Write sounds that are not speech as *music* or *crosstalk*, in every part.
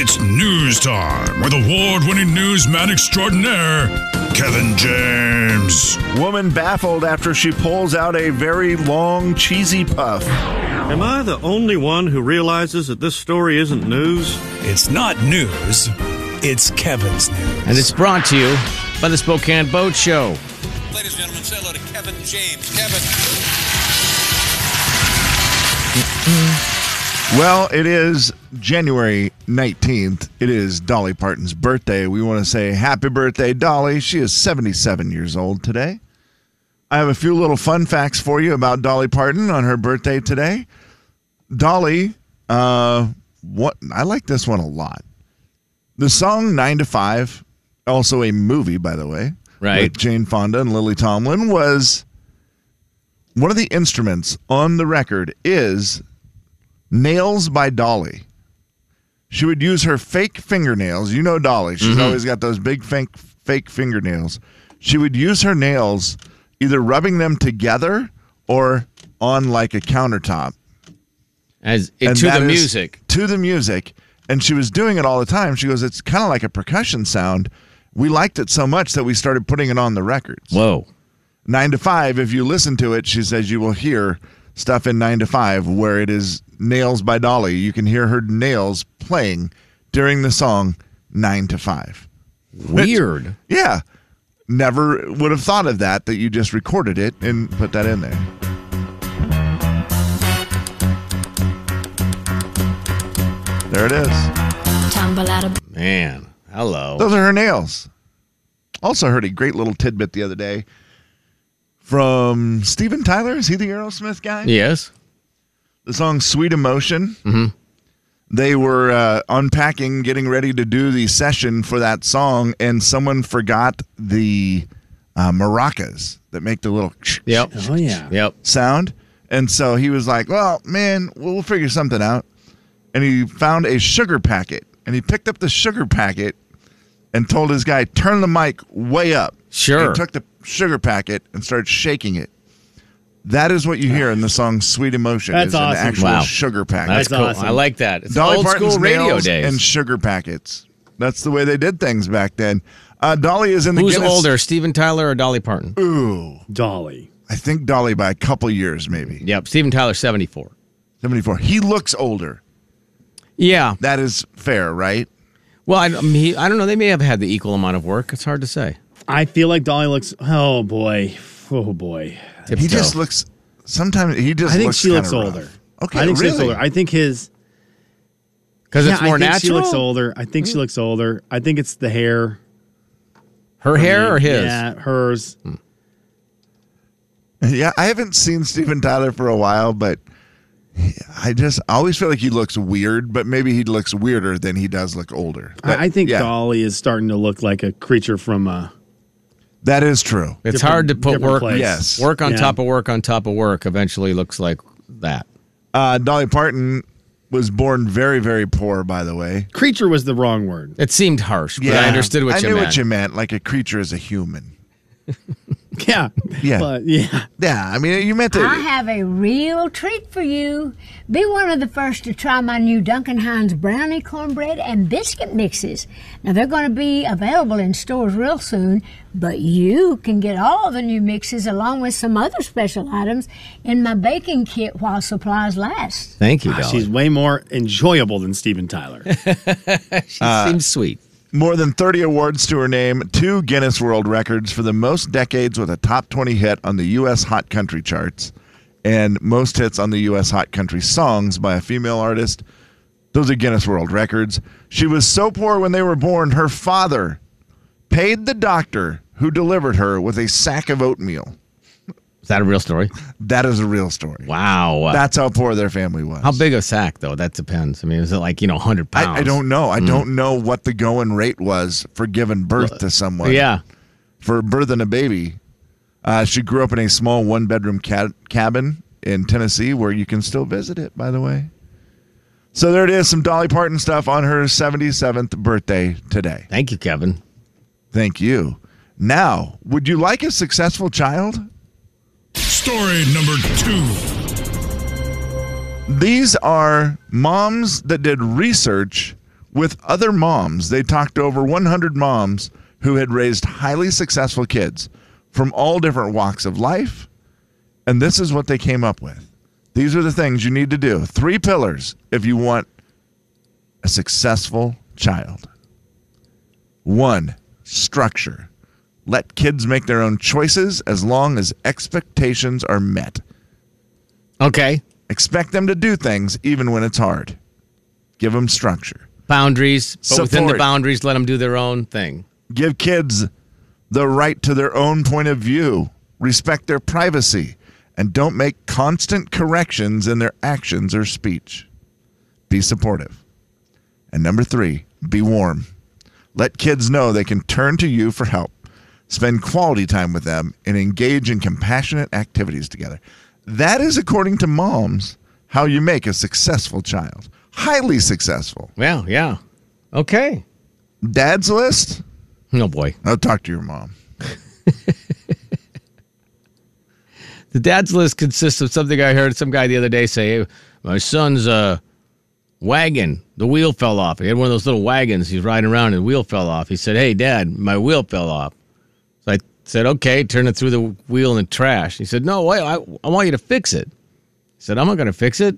It's news time with award winning newsman extraordinaire, Kevin James. Woman baffled after she pulls out a very long cheesy puff. Am I the only one who realizes that this story isn't news? It's not news, it's Kevin's news. And it's brought to you by the Spokane Boat Show. Ladies and gentlemen, say hello to Kevin James. Kevin. Well, it is January 19th. It is Dolly Parton's birthday. We want to say happy birthday, Dolly. She is 77 years old today. I have a few little fun facts for you about Dolly Parton on her birthday today. Dolly, uh, what I like this one a lot. The song Nine to Five, also a movie, by the way, Right. with Jane Fonda and Lily Tomlin, was one of the instruments on the record is Nails by Dolly. She would use her fake fingernails. You know Dolly. She's Mm-hmm. always got those big fake fake fingernails. She would use her nails either rubbing them together or on like a countertop. As And to that the is- music. To the music. And she was doing it all the time. She goes, It's kind of like a percussion sound. We liked it so much that we started putting it on the records Whoa. nine to five. If you listen to it, she says you will hear stuff in nine to five where it is nails by Dolly. You can hear her nails playing during the song nine to five. Weird. Yeah. Never would have thought of that, that you just recorded it and put that in there. There it is. Tumble out of Man. Hello. Those are her nails. Also heard a great little tidbit the other day from Steven Tyler. Is he the Aerosmith guy? Yes. the song Sweet Emotion. They were uh, unpacking, getting ready to do the session for that song, and someone forgot the uh, maracas that make the little Yep. Oh, yeah. Yep. sound. And so he was like, well, man, we'll we'll figure something out. And he found a sugar packet, and he picked up the sugar packet and told his guy, turn the mic way up. Sure. He took the sugar packet and started shaking it. That is what you hear in the song "Sweet Emotion." That's is awesome. An actual Wow. sugar packet. That's, That's cool. awesome. I like that. It's Dolly old Parton's school radio nails and days. sugar packets. That's the way they did things back then. Uh, Dolly is in the Who's Guinness- older, Steven Tyler or Dolly Parton? Ooh, Dolly. I think Dolly by a couple years, maybe Yep. Steven Tyler, 74. seventy-four. He looks older. Yeah. That is fair, right? Well, I, I mean, he, I don't know. They may have had the equal amount of work. It's hard to say. I feel like Dolly looks. Oh boy. Oh boy. He Tiptoe. just looks. Sometimes he just. I think looks she kinda looks rough. older. Okay, I think really. she looks older. I think his. because yeah, it's more I think natural. She looks older. I think she looks older. I think it's the hair. Her hair or his? Yeah, hers. Yeah, I haven't seen Steven Tyler for a while, but I just I always feel like he looks weird, but maybe he looks weirder than he does look older. That- I, I think yeah, Dolly is starting to look like a creature from. Uh, that is true. It's Different- hard to put different work place. Yes. work on Yeah. top of work on top of work. Eventually, looks like that. Uh, Dolly Parton was born very, very poor, by the way. creature was the wrong *laughs* word. It seemed harsh, but I understood what I you knew meant. what you meant, like a creature is a human. Yeah. Yeah. But yeah. Yeah, I mean, you meant I to. have a real treat for you. Be one of the first to try my new Duncan Hines brownie cornbread and biscuit mixes. Now they're going to be available in stores real soon, but you can get all the new mixes along with some other special items in my baking kit while supplies last. Thank you, Ah, Dolly. she's way more enjoyable than *laughs* Steven Tyler. she seems sweet. More than 30 awards to her name, two Guinness World Records for the most decades with a top 20 hit on the U.S. Hot Country charts, and most hits on the U.S. Hot Country songs by a female artist. Those are Guinness World Records. She was so poor when they were born, her father paid the doctor who delivered her with a sack of oatmeal. Is that a real story? That is a real story. Wow. That's how poor their family was. How big a sack though? That depends. I mean, is it like you know, hundred pounds? I, I don't know. Mm-hmm. I don't know what the going rate was for giving birth to someone. Yeah. For birthing a baby. Uh, she grew up in a small one bedroom ca- cabin in Tennessee where you can still visit it, by the way. So there it is, some Dolly Parton stuff on her 77th birthday today. Thank you, Kevin. Thank you. Now, would you like a successful child? Story number two. These are moms that did research With other moms, they talked to over 100 moms who had raised highly successful kids from all different walks of life. And this is what they came up with. These are the things you need to do. Three pillars if you want a successful child. One, structure. Let kids make their own choices as long as expectations are met. Okay. Expect them to do things even when it's hard. Give them structure. Boundaries, but within the Support. boundaries, let them do their own thing. Give kids the right to their own point of view. Respect their privacy and don't make constant corrections in their actions or speech. Be supportive. And number three, be warm. Let kids know they can turn to you for help. Spend quality time with them and engage in compassionate activities together. That is, according to moms, how you make a successful child. Highly successful. Yeah, yeah. Okay. Dad's list? Oh boy. I'll talk to your mom. The dad's list consists of something I heard some guy the other day say, hey, my son's uh wagon, the wheel fell off. He had one of those little wagons he's riding around and the wheel fell off. He said, Hey dad, my wheel fell off. So I said, Okay, turn it through the wheel in the trash. He said, No, wait, I, I want you to fix it. He said, I'm not gonna fix it.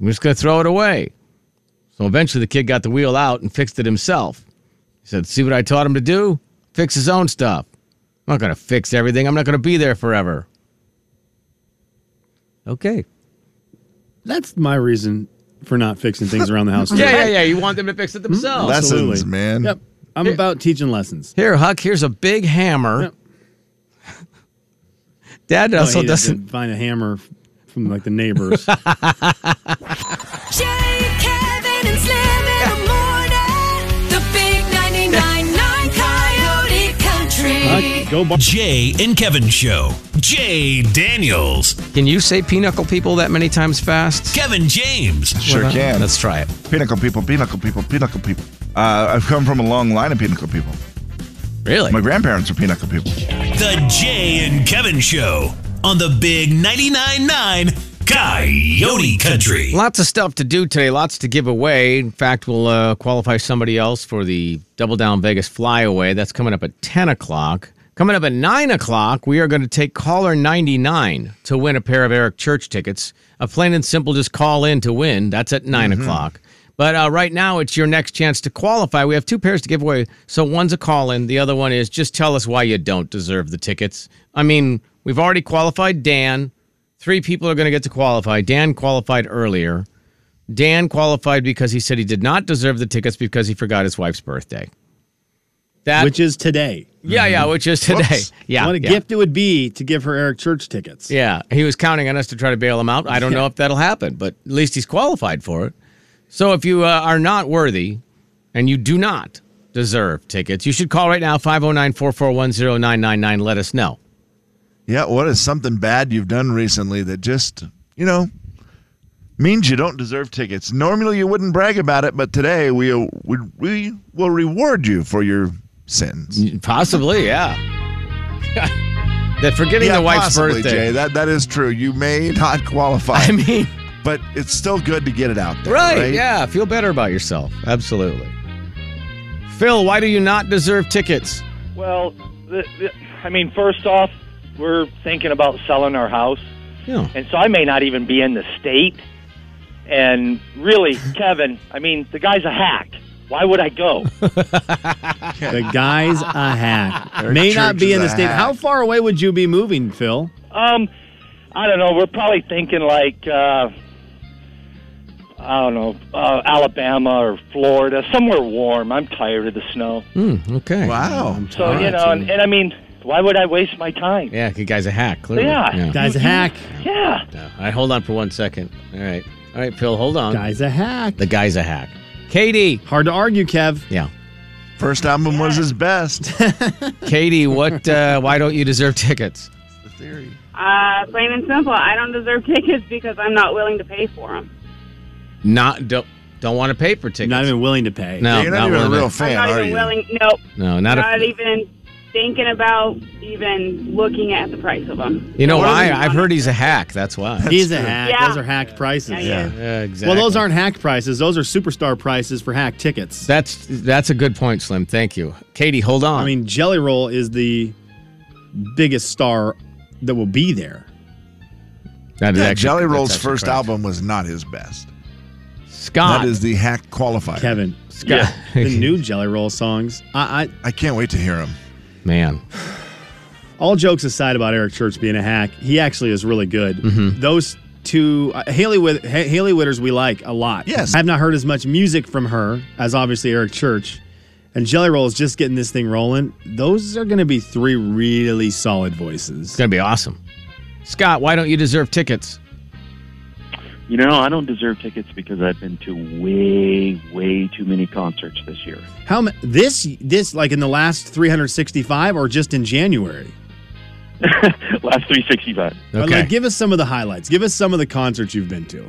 I'm just gonna throw it away. So eventually the kid got the wheel out and fixed it himself. He said, See what I taught him to do? Fix his own stuff. I'm not gonna fix everything. I'm not gonna be there forever. Okay. That's my reason for not fixing things around the house. *laughs* Yeah, yeah, yeah. You want them to fix it themselves. Lessons, Absolutely. man. Yep. I'm about teaching lessons. Here, Huck, here's a big hammer. Yep. Dad No, also Oh, he doesn't. find a hammer from like *laughs* the neighbors. Jay, Kevin, and Slim in the morning. The big 99.9 Coyote Country. Like, go bar- Jay and Kevin Show. Jay Daniels. Can you say pinochle people that many times fast? Kevin James. Sure can. Let's try it. Pinnacle people, pinnacle people, pinnacle people. Uh, I've come from a long line of pinnacle people. Really? My grandparents were pinnacle people. The Jay and Kevin Show on the Big 99.9 9 Coyote Country. Lots of stuff to do today. Lots to give away. In fact, we'll uh, qualify somebody else for the Double Down Vegas Flyaway. That's coming up at 10 o'clock. Coming up at 9 o'clock, we are going to take caller 99 to win a pair of Eric Church tickets. A plain and simple just call in to win. That's at 9 o'clock. But uh, right now, it's your next chance to qualify. We have two pairs to give away. So one's a call in, the other one is just tell us why you don't deserve the tickets. I mean, we've already qualified Dan. Three people are going to get to qualify. Dan qualified earlier. Dan qualified because he said he did not deserve the tickets because he forgot his wife's birthday. That which is today. yeah, yeah, which is today. Whoops. *laughs* Yeah, what a yeah. gift it would be to give her Eric Church tickets. Yeah, he was counting on us to try to bail him out. I don't know if that'll happen, but at least he's qualified for it. So if you uh, are not worthy and you do not deserve tickets, you should call right now 509 441 0999. Let us know. Yeah, what is something bad you've done recently that just, you know, means you don't deserve tickets? Normally you wouldn't brag about it, but today we uh, we, we will reward you for your sins. Possibly, yeah. *laughs* that forgetting the wife's possibly, birthday. Jay. That that is true. You may not qualify, *laughs* I *laughs* mean, but it's still good to get it out there. right, Right? yeah. Feel better about yourself. Absolutely. Phil, why do you not deserve tickets? Well, the, the, I mean, first off, we're thinking about selling our house, Yeah. and so I may not even be in the state. And really, Kevin, I mean, the guy's a hack. Why would I go? The guy's a *laughs* hack. May Church not be is in a the state. hack. How far away would you be moving, Phil? um, I don't know. We're probably thinking like, uh, I don't know, uh, Alabama or Florida, somewhere warm. I'm tired of the snow. Okay. Wow. So you know, and, and I mean, why would I waste my time? Yeah, the guy's a hack, clearly. Yeah. Guy's a Mm-hmm. hack. Yeah. No. All right, hold on for one second. All right. All right, Phil, hold on. Guy's a hack. The guy's a hack. Katie. Hard to argue, Kev. Yeah. First album was his best. *laughs* Katie, what *laughs* uh, why don't you deserve tickets? the theory. Uh, plain and simple, I don't deserve tickets because I'm not willing to pay for them. Not don't don't want to pay for tickets. Not even willing to pay. no, You're not, even a willing to- real fan, I'm not are even you? willing. Nope. No, not, not a, even thinking about even looking at the price of them. You know What are why? they- I've heard he's a hack. That's why. He's a hack. Yeah. Those are hack prices. Yeah, Yeah, exactly. Well, those aren't hack prices. Those are superstar prices for hack tickets. That's that's a good point, Slim. Thank you, Katie. Hold on. I mean, Jelly Roll is the biggest star that will be there. That is Yeah, actually- Jelly that's Roll's actually first correct. album was not his best. Scott. That is the hack qualifier. Kevin, Scott. yeah, the new Jelly Roll songs. I, I I can't wait to hear him. Man, all jokes aside about Eric Church being a hack, he actually is really good. Those two, uh, Haley with Ha- Haley Witters, we like a lot. Yes. I've not heard as much music from her as obviously Eric Church, and Jelly Roll is just getting this thing rolling. Those are going to be three really solid voices. it's gonna be awesome. Scott, why don't you deserve tickets? You know, I don't deserve tickets because I've been to way, way too many concerts this year. How ma- this this like in the last 365 or just in January? Last 365. But, Okay. like, give us some of the highlights. Give us some of the concerts you've been to.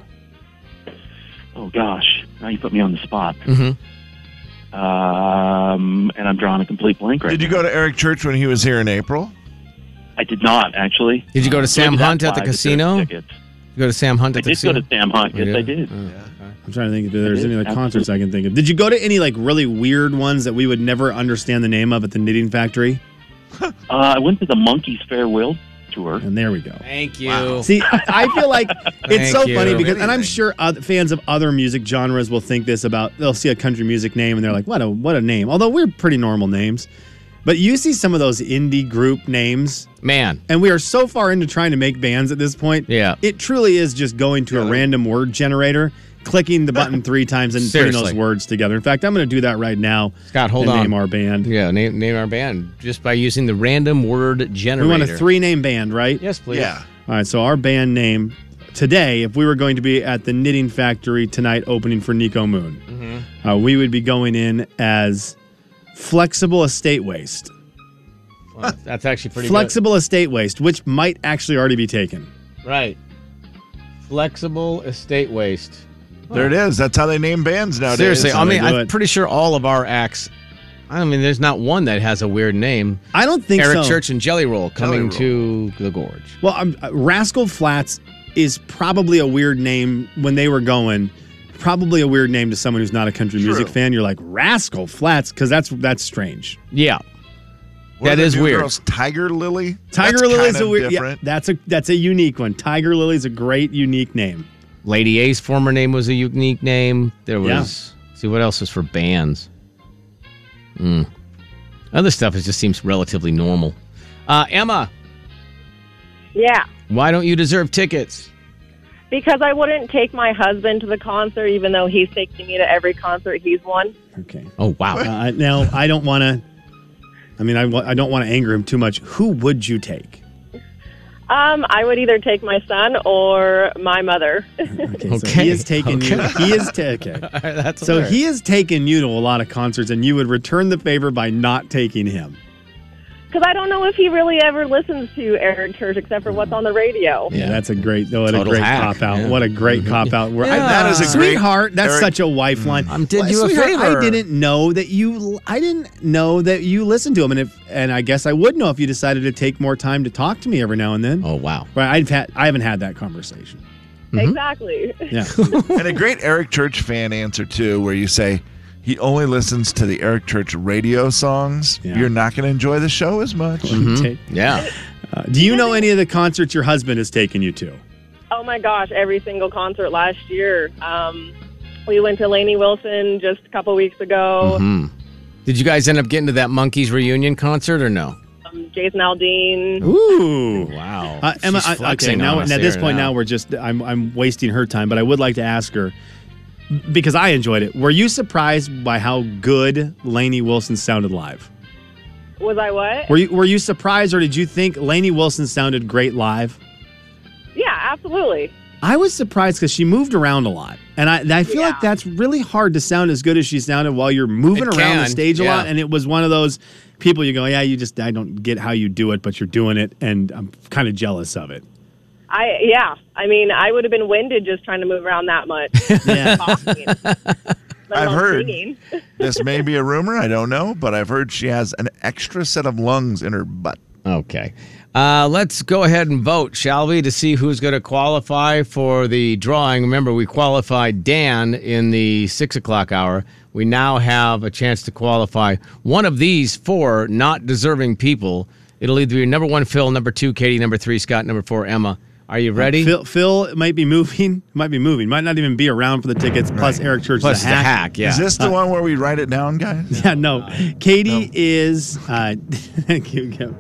Oh, gosh. Now you put me on the spot. Mhm. Um, and I'm drawing a complete blank right Did you now. go to Eric Church when he was here in April? I did not, actually. Did you go to Sam Maybe Hunt that's at the why I deserve casino? You tickets. go to Sam Hunt I at the did go casino? to Sam Hunt. Yes, You I did. Oh, okay. I'm trying to think if there's did, any other absolutely. concerts I can think of. Did you go to any like really weird ones that we would never understand the name of at the Knitting Factory? *laughs* Uh, I went to the Monkeys Farewell Tour. And there we go. Thank you. See, I feel like *laughs* it's Thank so you. funny because, and I'm Anything. sure other fans of other music genres will think this about. They'll see a country music name and they're like, "What a what a name!" Although we're pretty normal names, but you see some of those indie group names, Man, and we are so far into trying to make bands at this point. Yeah. it truly is just going to a random word generator, clicking the button three times, and putting Seriously. those words together. In fact, I'm going to do that right now. Scott, hold and on. Name our band. yeah, name name our band just by using the random word generator. We want a three name band, right? Yes, please. Yeah. All right, so our band name today, if we were going to be at the Knitting Factory tonight opening for Nico Moon, Mm-hmm. uh, we would be going in as Flexible Estate Waste. Well, that's actually pretty Flexible Estate Waste, which might actually already be taken. good. Right. Flexible estate waste. There it is. That's how they name bands nowadays. Seriously, I how they mean, do I'm it. pretty sure all of our acts. I mean, there's not one that has a weird name. I don't think Eric so. Church and Jelly Roll coming to the gorge. Well, um, uh, Rascal Flats is probably a weird name when they were going. Probably a weird name to someone who's not a country music fan. You're like Rascal Flats because that's that's strange. Yeah, What are that the is new weird. Girls, Tiger Lily. Tiger That's Lily's kind a of weird. Yeah, different. that's a that's a unique one. Tiger Lily's a great unique name. Lady A's former name was a unique name. There Yeah. was. See what else is for bands. Mm. Other stuff is just seems relatively normal. Uh, Emma, Yeah, why don't you deserve tickets? because I wouldn't take my husband to the concert, even though he's taking me to every concert he's won. Okay. Oh wow. Uh, I- now I don't want to. I mean, I, wa- I don't want to anger him too much. Who would you take? Um, I would either take my son or my mother. *laughs* Okay. So Okay. he is taking you. He is ta- okay. *laughs* That's Uh, So fair. he has taken you to a lot of concerts, and you would return the favor by not taking him. Because I don't know if he really ever listens to Eric Church except for what's on the radio. Yeah, that's a great. What a Total great hack, cop out. yeah. Mm-hmm. What a great cop out. Where I- Yeah. That is a great- sweetheart. That's Eric- such a wife line. I did Well, you a sweetheart, favor. I didn't know that you. I didn't know that you listened to him, and if and I guess I would know if you decided to take more time to talk to me every now and then. Oh wow. But I've had I haven't had that conversation. Mm-hmm. Exactly. *laughs* *laughs* Yeah. and a great Eric Church fan answer too, where you say he only listens to the Eric Church radio songs. Yeah. You're not going to enjoy the show as much. *laughs* Take- Yeah. uh, do you know any of the concerts your husband has taken you to? Oh my gosh, every single concert last year. Um, we went to Laney Wilson just a couple weeks ago. Did you guys end up getting to that monkeys reunion concert or no? Um, Jason Aldean. Ooh. Wow. Uh, Emma, She's I- okay, flexing now on us at this here point now. we're just I'm I'm wasting her time, but I would like to ask her because I enjoyed it. Were you surprised by how good Lainey Wilson sounded live? Was I what? Were you were you surprised or did you think Lainey Wilson sounded great live? yeah, absolutely. I was surprised because she moved around a lot, and I, and I feel Yeah. like that's really hard to sound as good as she sounded while you're moving It around the can, stage a yeah. lot. And it was one of those people you go, yeah, you just I don't get how you do it, but you're doing it, and I'm kind of jealous of it. I yeah. I mean, I would have been winded just trying to move around that much. Yeah. Talking. let I've alone heard. singing. this may be a rumor. I don't know, but I've heard she has an extra set of lungs in her butt. Okay. Uh, let's go ahead and vote, shall we, to see who's going to qualify for the drawing. Remember, we qualified Dan in the six o'clock hour. We now have a chance to qualify one of these four not deserving people. It'll either be number one, Phil, number two, Katie, number three, Scott, number four, Emma. Are you ready? Phil, Phil might be moving. *laughs* Might be moving. Might not even be around for the tickets. Plus Eric Church Plus is the a hack. hack, yeah. Uh, Is this the one where we write it down, guys? *laughs* Yeah. No. Katie is. Uh, *laughs* thank you. Kev.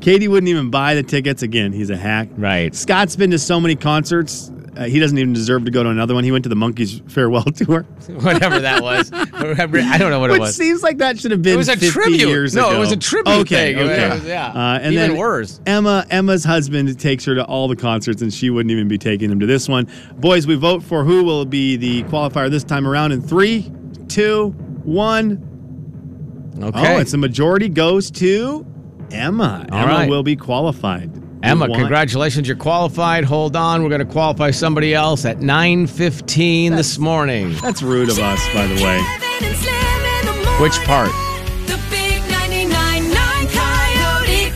Katie wouldn't even buy the tickets again. He's a hack. Right. Scott's been to so many concerts. Uh, he doesn't even deserve to go to another one. He went to the Monkeys farewell *laughs* tour. *laughs* Whatever that *laughs* was. Whatever- I don't know what it Which was. seems like that should have been. It was a 50 tribute. Years No, ago. it was a tribute Okay, thing. It okay. was- yeah. Uh, and Even then worse. Emma, Emma's husband takes her to all the concerts, and she wouldn't even be taking him to this one. Boys, we vote for who will be the qualifier this time around in three, two, one. Okay. Oh, it's the majority goes to Emma. All Emma right. will be qualified. Emma, We want- congratulations. You're qualified. Hold on. We're going to qualify somebody else at 9.15 this morning. That's rude of us, by the way. Kevin and Slim in the morning. Which part? The big 99.9 Coyote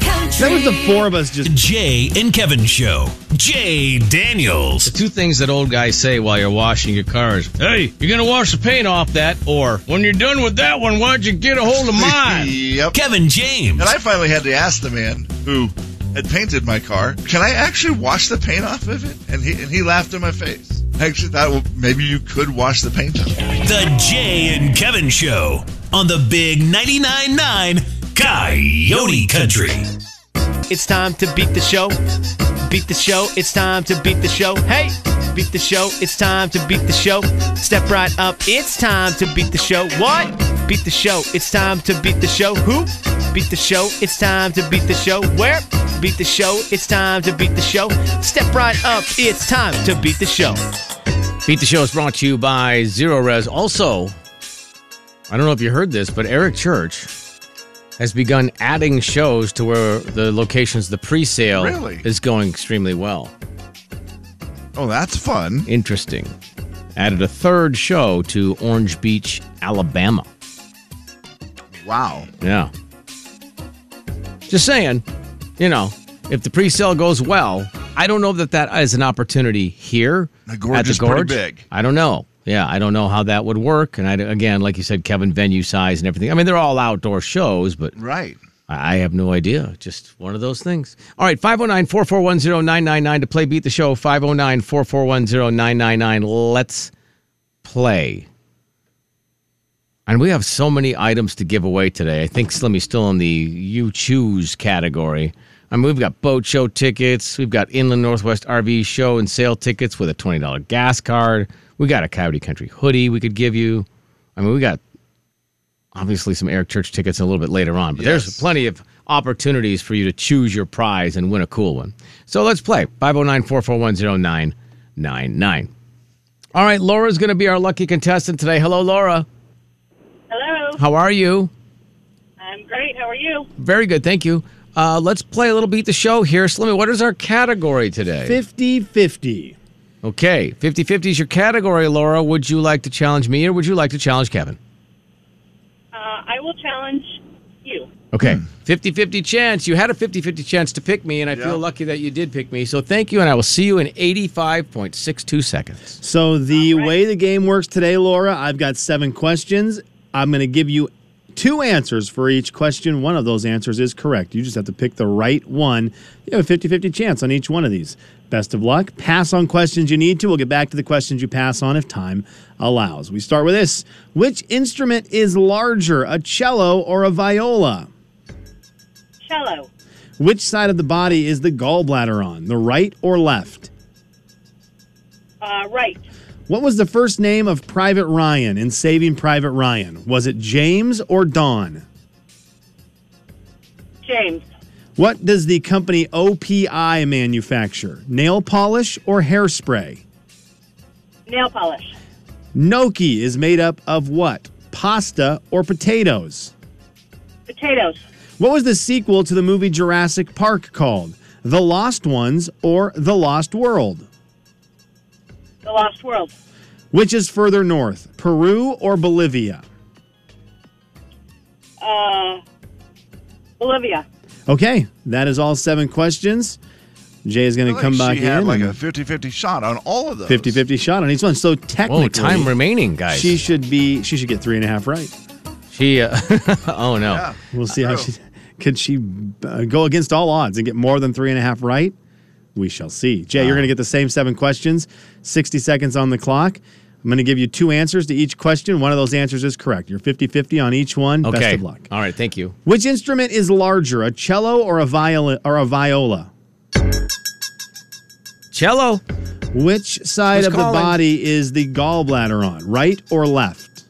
Country. four of us just Jay and Kevin show. Jay Daniels. The two things that old guys say while you're washing your cars. Hey, you're going to wash the paint off that, or when you're done with that one, why don't you get a hold of mine? yep. Kevin James. And I finally had to ask the man who had painted my car, "Can I actually wash the paint off of it?" And he and he laughed in my face. I actually thought well, maybe you could wash the paint off. The Jay and Kevin show on the big 99.9 9 Coyote Country. It's time to beat the show. Beat the show. It's time to beat the show. Hey, beat the show. It's time to beat the show. Step right up. It's time to beat the show. What? Beat the show. It's time to beat the show. Who? Beat the show. It's time to beat the show. Where? Beat the show. It's time to beat the show. Step right up. It's time to beat the show. Beat the Show is brought to you by Zero Res. Also, I don't know if you heard this, but Eric Church has begun adding shows to where the locations, the pre sale Really? is going extremely well. Oh, that's fun. Interesting. Added a third show to Orange Beach, Alabama. Wow. Yeah. Just saying, you know, if the pre-sale goes well, I don't know that that is an opportunity here The gorge at the is pretty gorge. big. I don't know. Yeah, I don't know how that would work. And I, again, like you said, Kevin, venue size and everything. I mean, they're all outdoor shows, but right. I I have no idea. Just one of those things. All right, 509 441 999 to play Beat the Show. 509 441 999. Let's play. And we have so many items to give away today. I think Slimmy's still in the you choose category. I mean, we've got boat show tickets. We've got Inland Northwest RV show and sale tickets with a $20 gas card. We got a Coyote Country hoodie we could give you. I mean, we got obviously some Eric Church tickets a little bit later on, but there's plenty of opportunities for you to choose your prize and win a cool one. So let's play 509 441 999. All right, Laura's going to be our lucky contestant today. Hello, Laura. Hello. How are you? I'm great. How are you? Very good, thank you. Uh, let's play a little beat the show here. Slimmy, what is our category today? 50 50. Okay, 50 50 is your category, Laura. Would you like to challenge me or would you like to challenge Kevin? Uh, I will challenge you. Okay. Hmm. 50 50 chance. You had a 50 50 chance to pick me, and I feel lucky that you did pick me. So thank you, and I will see you in 85.62 seconds. So the way the game works today, Laura, I've got seven questions. I'm going to give you two answers for each question. One of those answers is correct. You just have to pick the right one. You have a 50-50 chance on each one of these. Best of luck. Pass on questions you need to. We'll get back to the questions you pass on if time allows. We start with this. Which instrument is larger, a cello or a viola? Cello. Which side of the body is the gallbladder on, the right or left? Uh, right. What was the first name of Private Ryan in Saving Private Ryan? Was it James or Don? James. What does the company OPI manufacture? Nail polish or hairspray? Nail polish. Gnocchi is made up of what? Pasta or potatoes? Potatoes. What was the sequel to the movie Jurassic Park called? The Lost Ones or The Lost World? The Lost World. Which is further north, Peru or Bolivia? Uh, Olivia. Okay, that is all seven questions. Jay is going to come back she had in. like and- a 50-50 shot on all of those. 50 50 shot on each one. So technically, time remaining, guys. She should be, she should get three and a half right. She, uh, *laughs* oh no. We'll see how she, could she uh, go against all odds and get more than three and a half right? We shall see. Jay, you're going to get the same seven questions, 60 seconds on the clock. I'm going to give you two answers to each question. One of those answers is correct. You're 50 50 on each one. Okay. Best of luck. All right. Thank you. Which instrument is larger, a cello or a viola or a viola? Cello. Which side Who's of calling? the body is the gallbladder on, right or left?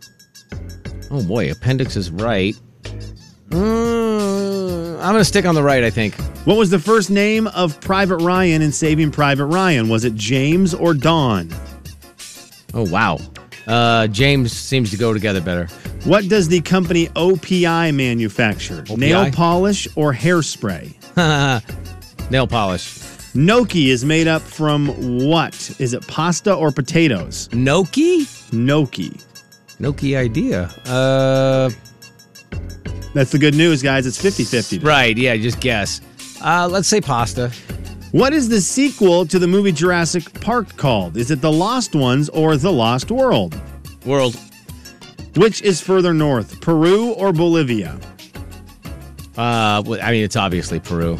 Oh boy, appendix is right. Mm, I'm going to stick on the right, I think. What was the first name of Private Ryan in Saving Private Ryan? Was it James or Don? Oh, wow. Uh, James seems to go together better. What does the company OPI manufacture? Nail polish or hairspray? Nail polish. Gnocchi is made up from what? Is it pasta or potatoes? Gnocchi? Gnocchi. Gnocchi idea. Uh, That's the good news, guys. It's 50 50. Right. Yeah, just guess. Uh, let's say pasta. What is the sequel to the movie Jurassic Park called? Is it The Lost Ones or The Lost World? World. Which is further north, Peru or Bolivia? Uh, well, I mean, it's obviously Peru.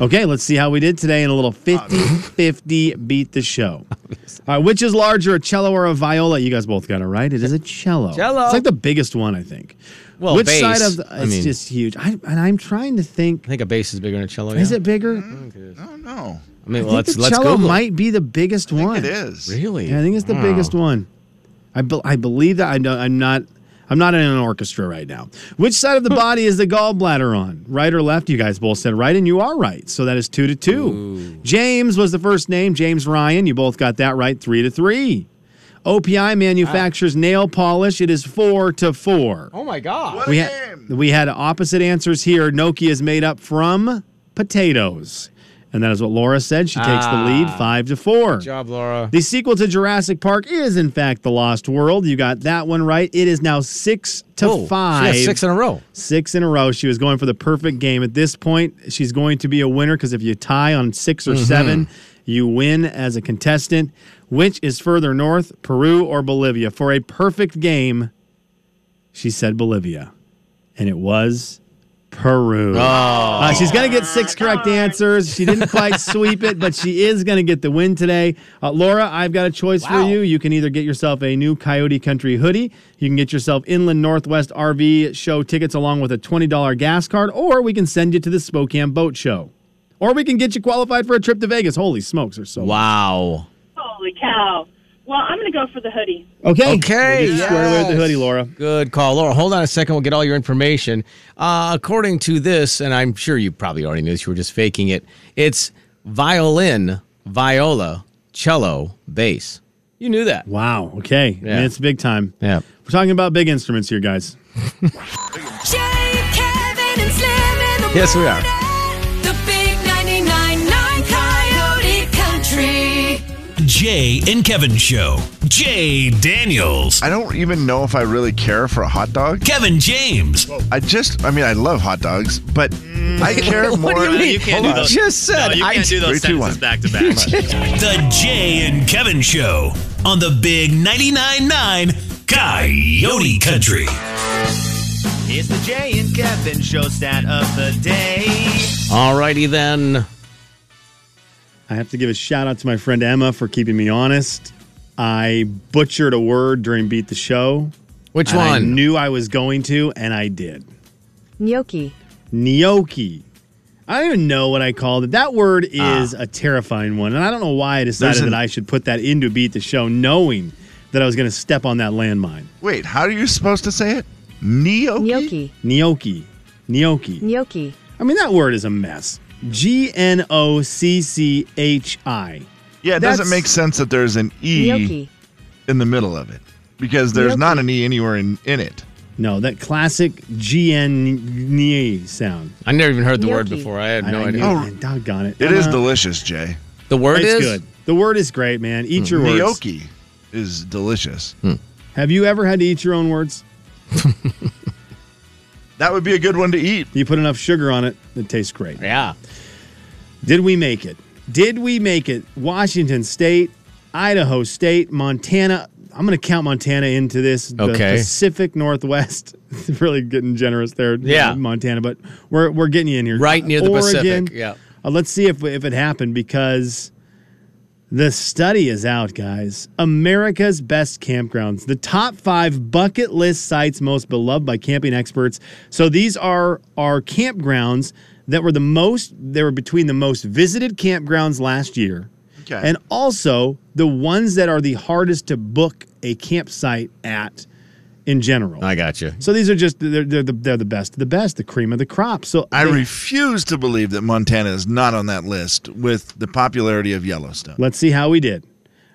Okay, let's see how we did today in a little 50 50 beat the show. All right, which is larger, a cello or a viola? You guys both got it right. It is a cello. Cello. It's like the biggest one, I think. Well, which bass, side of the, it's I mean- just huge. I, and I'm trying to think. I think a bass is bigger than a cello. Is yeah? it bigger? Oh, no. I mean, I well, think let's the let's cello Google. might be the biggest one. It is. Really? Yeah, I think it's the Wow. biggest one. I, be- I believe that. I don't, I'm not. I'm not in an orchestra right now. Which side *laughs* of the body is the gallbladder on? Right or left? You guys both said right, and you are right. So that is two to two. James was the first name. James Ryan. You both got that right. Three to three. OPI manufactures nail polish. It is four to four. Ah. Oh my God. we had we had opposite answers here. Nokia is made up from potatoes, and that is what Laura said. She takes the lead, Ah. five to four. Good job, Laura. The sequel to Jurassic Park is, in fact, The Lost World. You got that one right. It is now six to Oh, she had five. six in a row. Six in a row. She was going for the perfect game. At this point, she's going to be a winner because if you tie on six or Mhm. seven, you win as a contestant. Which is further north, Peru or Bolivia? For a perfect game, she said Bolivia. And it was Peru. Oh. Uh, she's going to get six correct answers. She didn't quite sweep it, but she is going to get the win today. Uh, Laura, I've got a choice for you. You can either get yourself a new Coyote Country hoodie, you can get yourself Inland Northwest RV show tickets along with a $20 gas card, or we can send you to the Spokane Boat Show. Or we can get you qualified for a trip to Vegas. Holy smokes, are so Wow. Holy cow. Well, I'm going to go for the hoodie. Okay. Okay. We'll get square away with the hoodie, Laura. Good call, Laura. Hold on a second. We'll get all your information. Uh, according to this, and I'm sure you probably already knew this. You were just faking it. It's violin, viola, cello, bass. You knew that. Wow. Okay. Yeah. And it's big time. *laughs* Yeah. We're talking about big instruments here, guys. Jay, Kevin, and Slim in the Yes, we are. morning. The big 99.9 Coyote Country. Jay and Kevin Show. Jay Daniels. I don't even know if I really care for a hot dog. Kevin James. I just, I mean, I love hot dogs, but *laughs* I care more. Mm. What do you mean? Hold You can't do on. those- Just said no, you I- can't do those Three, two, sentences one. back to back. *laughs* The Jay and Kevin Show on the Big 99.9 Coyote Country. It's the Jay and Kevin show stat of the day. All righty then. I have to give a shout out to my friend Emma for keeping me honest. I butchered a word during Beat the Show. Which and I one? knew I was going to, and I did. Gnocchi. Gnocchi. I don't even know what I called it. That word Ah. is a terrifying one, and I don't know why I decided There's an- that I should put that into Beat the Show, knowing that I was going to step on that landmine. Wait, how are you supposed to say it? Gnocchi? Gnocchi. Gnocchi. Gnocchi. Gnocchi. I mean, that word is a mess. G N O C C H I. Yeah, it doesn't make sense that there's an E Gnocchi. in the middle of it because there's not an E anywhere in, in it. No, that classic G N N sound. I never even heard the word Gnocchi. before. I had I- no I idea. knew- Oh, doggone it. It is Emma. delicious, Jay. The word it's is good. The word is great, man. Eat your words. Gnocchi. is delicious. Hmm. Have you ever had to eat your own words? that would be a good one to eat. You put enough sugar on it, it tastes great. Yeah. Did we make it? Did we make it? Washington State, Idaho State, Montana. I'm going to count Montana into this. The Okay. Pacific Northwest. *laughs* really getting generous there. uh, Yeah. Montana, but we're we're getting you in here. Right near the Pacific, yeah. Uh, let's see if if it happened because the study is out, guys. America's best campgrounds, the top five bucket list sites most beloved by camping experts. So these are our campgrounds that were the most, they were between the most visited campgrounds last year. Okay. And also the ones that are the hardest to book a campsite at in general. I got you. So these are just, they're, they're, the, they're the best, of the best, the cream of the crop. So I they- refuse to believe that Montana is not on that list with the popularity of Yellowstone. Let's see how we did.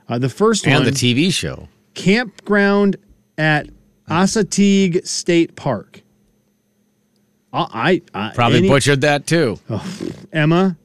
Uh, the first And one the TV show campground at Assateague State Park. Uh, I, I, I Probably any- Oh. butchered that too. Emma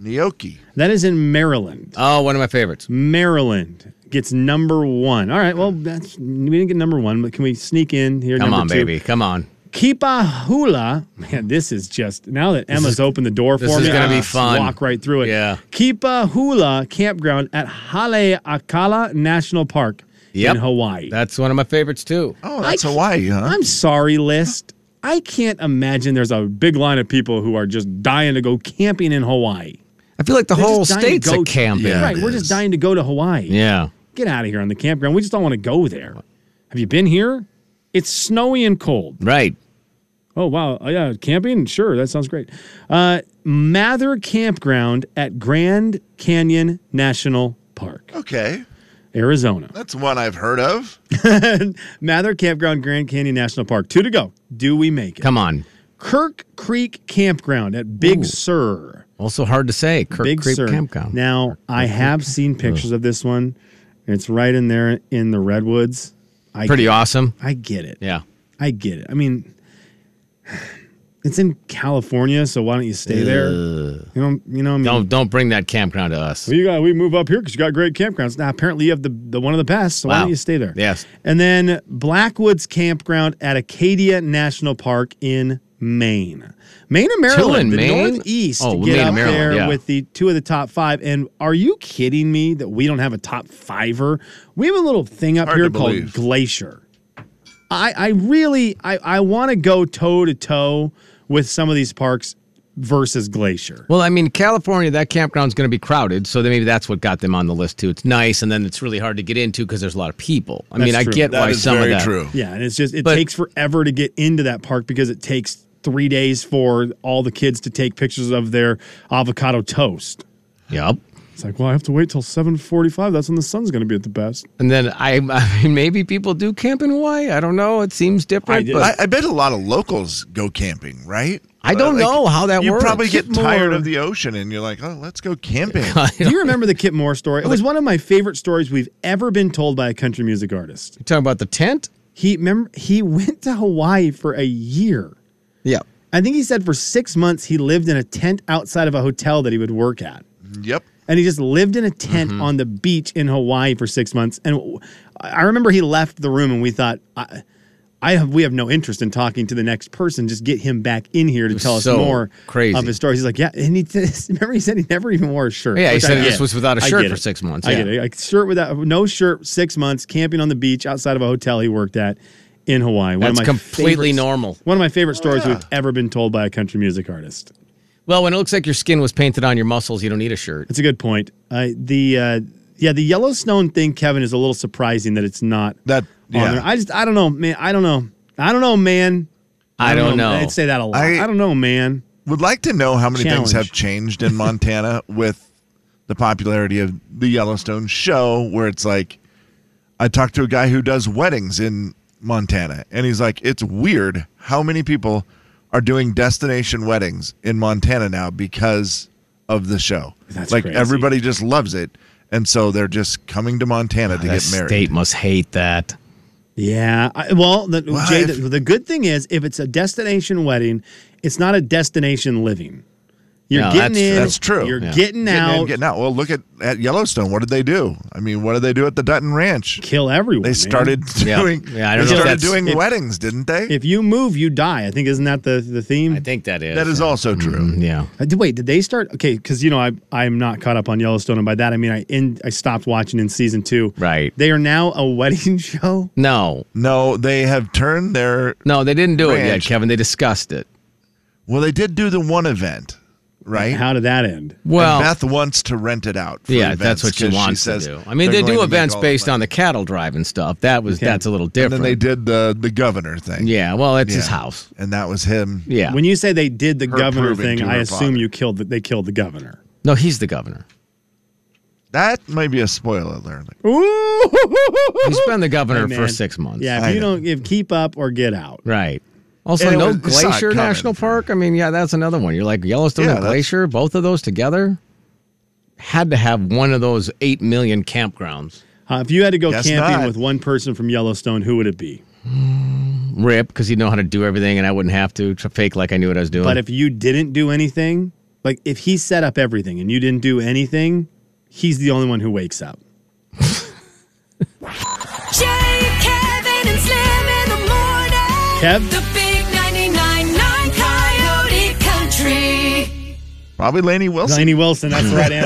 Nioki. That is in Maryland. Oh, one of my favorites. Maryland gets number one. All right, well that's we didn't get number one, but can we sneak in here? Come number on, two? baby. Come on. Kipahula. Man, this is just now that Emma's opened the door for this me. is gonna I be just fun. Walk right through it. Yeah. Kipahula Campground at Haleakala National Park Yep. in Hawaii. That's one of my favorites too. Oh, that's Hawaii, huh? I'm sorry, list. I can't imagine there's a big line of people who are just dying to go camping in Hawaii. I feel like the They're whole just dying to state's a go- camping. right, we're just dying to go to Hawaii. Yeah. Get out of here on the campground. We just don't want to go there. Have you been here? It's snowy and cold. Right. Oh wow. Oh, yeah, camping? Sure, that sounds great. Uh, Mather Campground at Grand Canyon National Park, Okay. Arizona. That's one I've heard of. *laughs* Mather Campground, Grand Canyon National Park. Two to go. Do we make it? Come on. Kirk Creek Campground at Big Ooh. Sur. Also hard to say. Kirk Big Creek Sur. Campground. Now, I have seen pictures of this one. It's right in there in the redwoods. I Pretty get it. awesome. I get it. Yeah. I get it. I mean, *sighs* it's in California, so why don't you stay there? Ugh. You know, you know. I mean, Don't don't bring that campground to us. Well, you got we move up here because you got great campgrounds. Now, apparently, you have the, the one of the best. So why Wow. don't you stay there? Yes. And then Blackwoods Campground at Acadia National Park in Maine. Maine and Maryland, in the Maine? Northeast, Oh, get Maine and up Maryland, there yeah. with the two of the top five. And are you kidding me that we don't have a top fiver? We have a little thing up Hard here to called believe. Glacier. I, I really, I, I want to go toe to toe with some of these parks versus Glacier. Well, I mean, California, that campground's going to be crowded, so then maybe that's what got them on the list too. It's nice, and then it's really hard to get into because there's a lot of people. I mean, That's I true. get why some of that. Yeah, and it's just it takes forever to get into that park because it takes three days for all the kids to take pictures of their avocado toast. Yep. It's like, well, I have to wait till seven forty-five. That's when the sun's going to be at the best. And then I, *laughs* I mean, maybe people do camp in Hawaii. I don't know. It I, seems different, but I, I bet a lot of locals go camping, right? I don't know how that you works. probably get Get more- tired of the ocean and you're like, oh, let's go *laughs* camping. Do you remember the Kip Moore story? It was one of my favorite stories we've ever been told by a country music artist. You talking about the tent? He remember he *laughs* went to Hawaii for a year. Yeah. I think he said for six months he lived in a tent outside of a hotel that he would work at. Yep. and he just lived in a tent Mm-hmm. on the beach in Hawaii for six months. And w- I remember he left the room, and we thought, I, I have, we have no interest in talking to the next person. Just get him back in here to was tell us so more crazy. of his story. He's like, yeah, and he *laughs* remember he said he never even wore a shirt. Yeah, he which I said this get. was without a I shirt get for it. six months, I yeah. get it. Like shirt without no shirt, six months camping on the beach outside of a hotel he worked at in Hawaii. One of That's my completely favorites- normal. Oh, One of my favorite stories we've ever been told by a country music artist. well, when it looks like your skin was painted on your muscles, you don't need a shirt. That's a good point. Uh, the uh, yeah, the Yellowstone thing, Kevin, is a little surprising that it's not that on yeah. there. I just I don't know, man. I don't know. I don't know, man. I don't know. I'd say that a lot. I, don't know, man. Would like to know how many Challenge. things have changed in Montana with the popularity of the Yellowstone show, where it's like, I talked to a guy who does weddings in Montana, and he's like, it's weird how many people are doing destination weddings in Montana now because of the show. That's like crazy. everybody just loves it. And so they're just coming to Montana to The get married. state must hate that. Yeah. I, well, the, Well, Jay, if- the, the good thing is, if it's a destination wedding, it's not a destination living. You're No, getting that's in. true. That's true. You're Yeah. getting Getting in, out. getting out. Well, look at, at Yellowstone. What did they do? I mean, what did they do at the Dutton Ranch? Kill everyone. They started *laughs* doing. they started doing weddings. didn't they? If you move, you die. I think isn't that the the theme? I think that is. Hmm. Mm, That is also Mm-hmm. true. yeah. Wait, Uh, did they start? Okay, because you know I I'm not caught up on Yellowstone, and by that I mean I in I stopped watching in season two. Right. They are now a *laughs* wedding show. No. No, they have turned their. No, they didn't do it yet, Ranch. Kevin. They discussed it. Well, they did do the one event, right? How did that end? Well- and Beth wants to rent it out. For yeah, events that's what she 'cause wants says to do. I mean, they're they going do to events make all based on the cattle drive and stuff. That was that's a little different. And then they did the the governor thing. Yeah, well, it's his Yeah. house. And that was him. Yeah. When you say they did the Her governor proving to thing, I her assume father. you killed the, they killed the governor. No, he's the governor. That might be a spoiler alert. He's been the governor Hey, for man. six months. Yeah, if you don't if keep up or get out. Right. Also, And it no was- you saw it Glacier coming. National Park. I mean, yeah, that's another one. You're like Yellowstone Yeah, and that's- Glacier, both of those together had to have one of those 8 million campgrounds. Uh, if you had to go Guess camping not. with one person from Yellowstone, who would it be? Rip, because he'd know how to do everything and I wouldn't have to, to fake like I knew what I was doing. But if you didn't do anything, like if he set up everything and you didn't do anything, he's the only one who wakes up. Jay, Kevin, and Slim in the morning. Kev? The big 99.9 Coyote Country. Probably Laney Wilson. Laney Wilson, that's the right answer.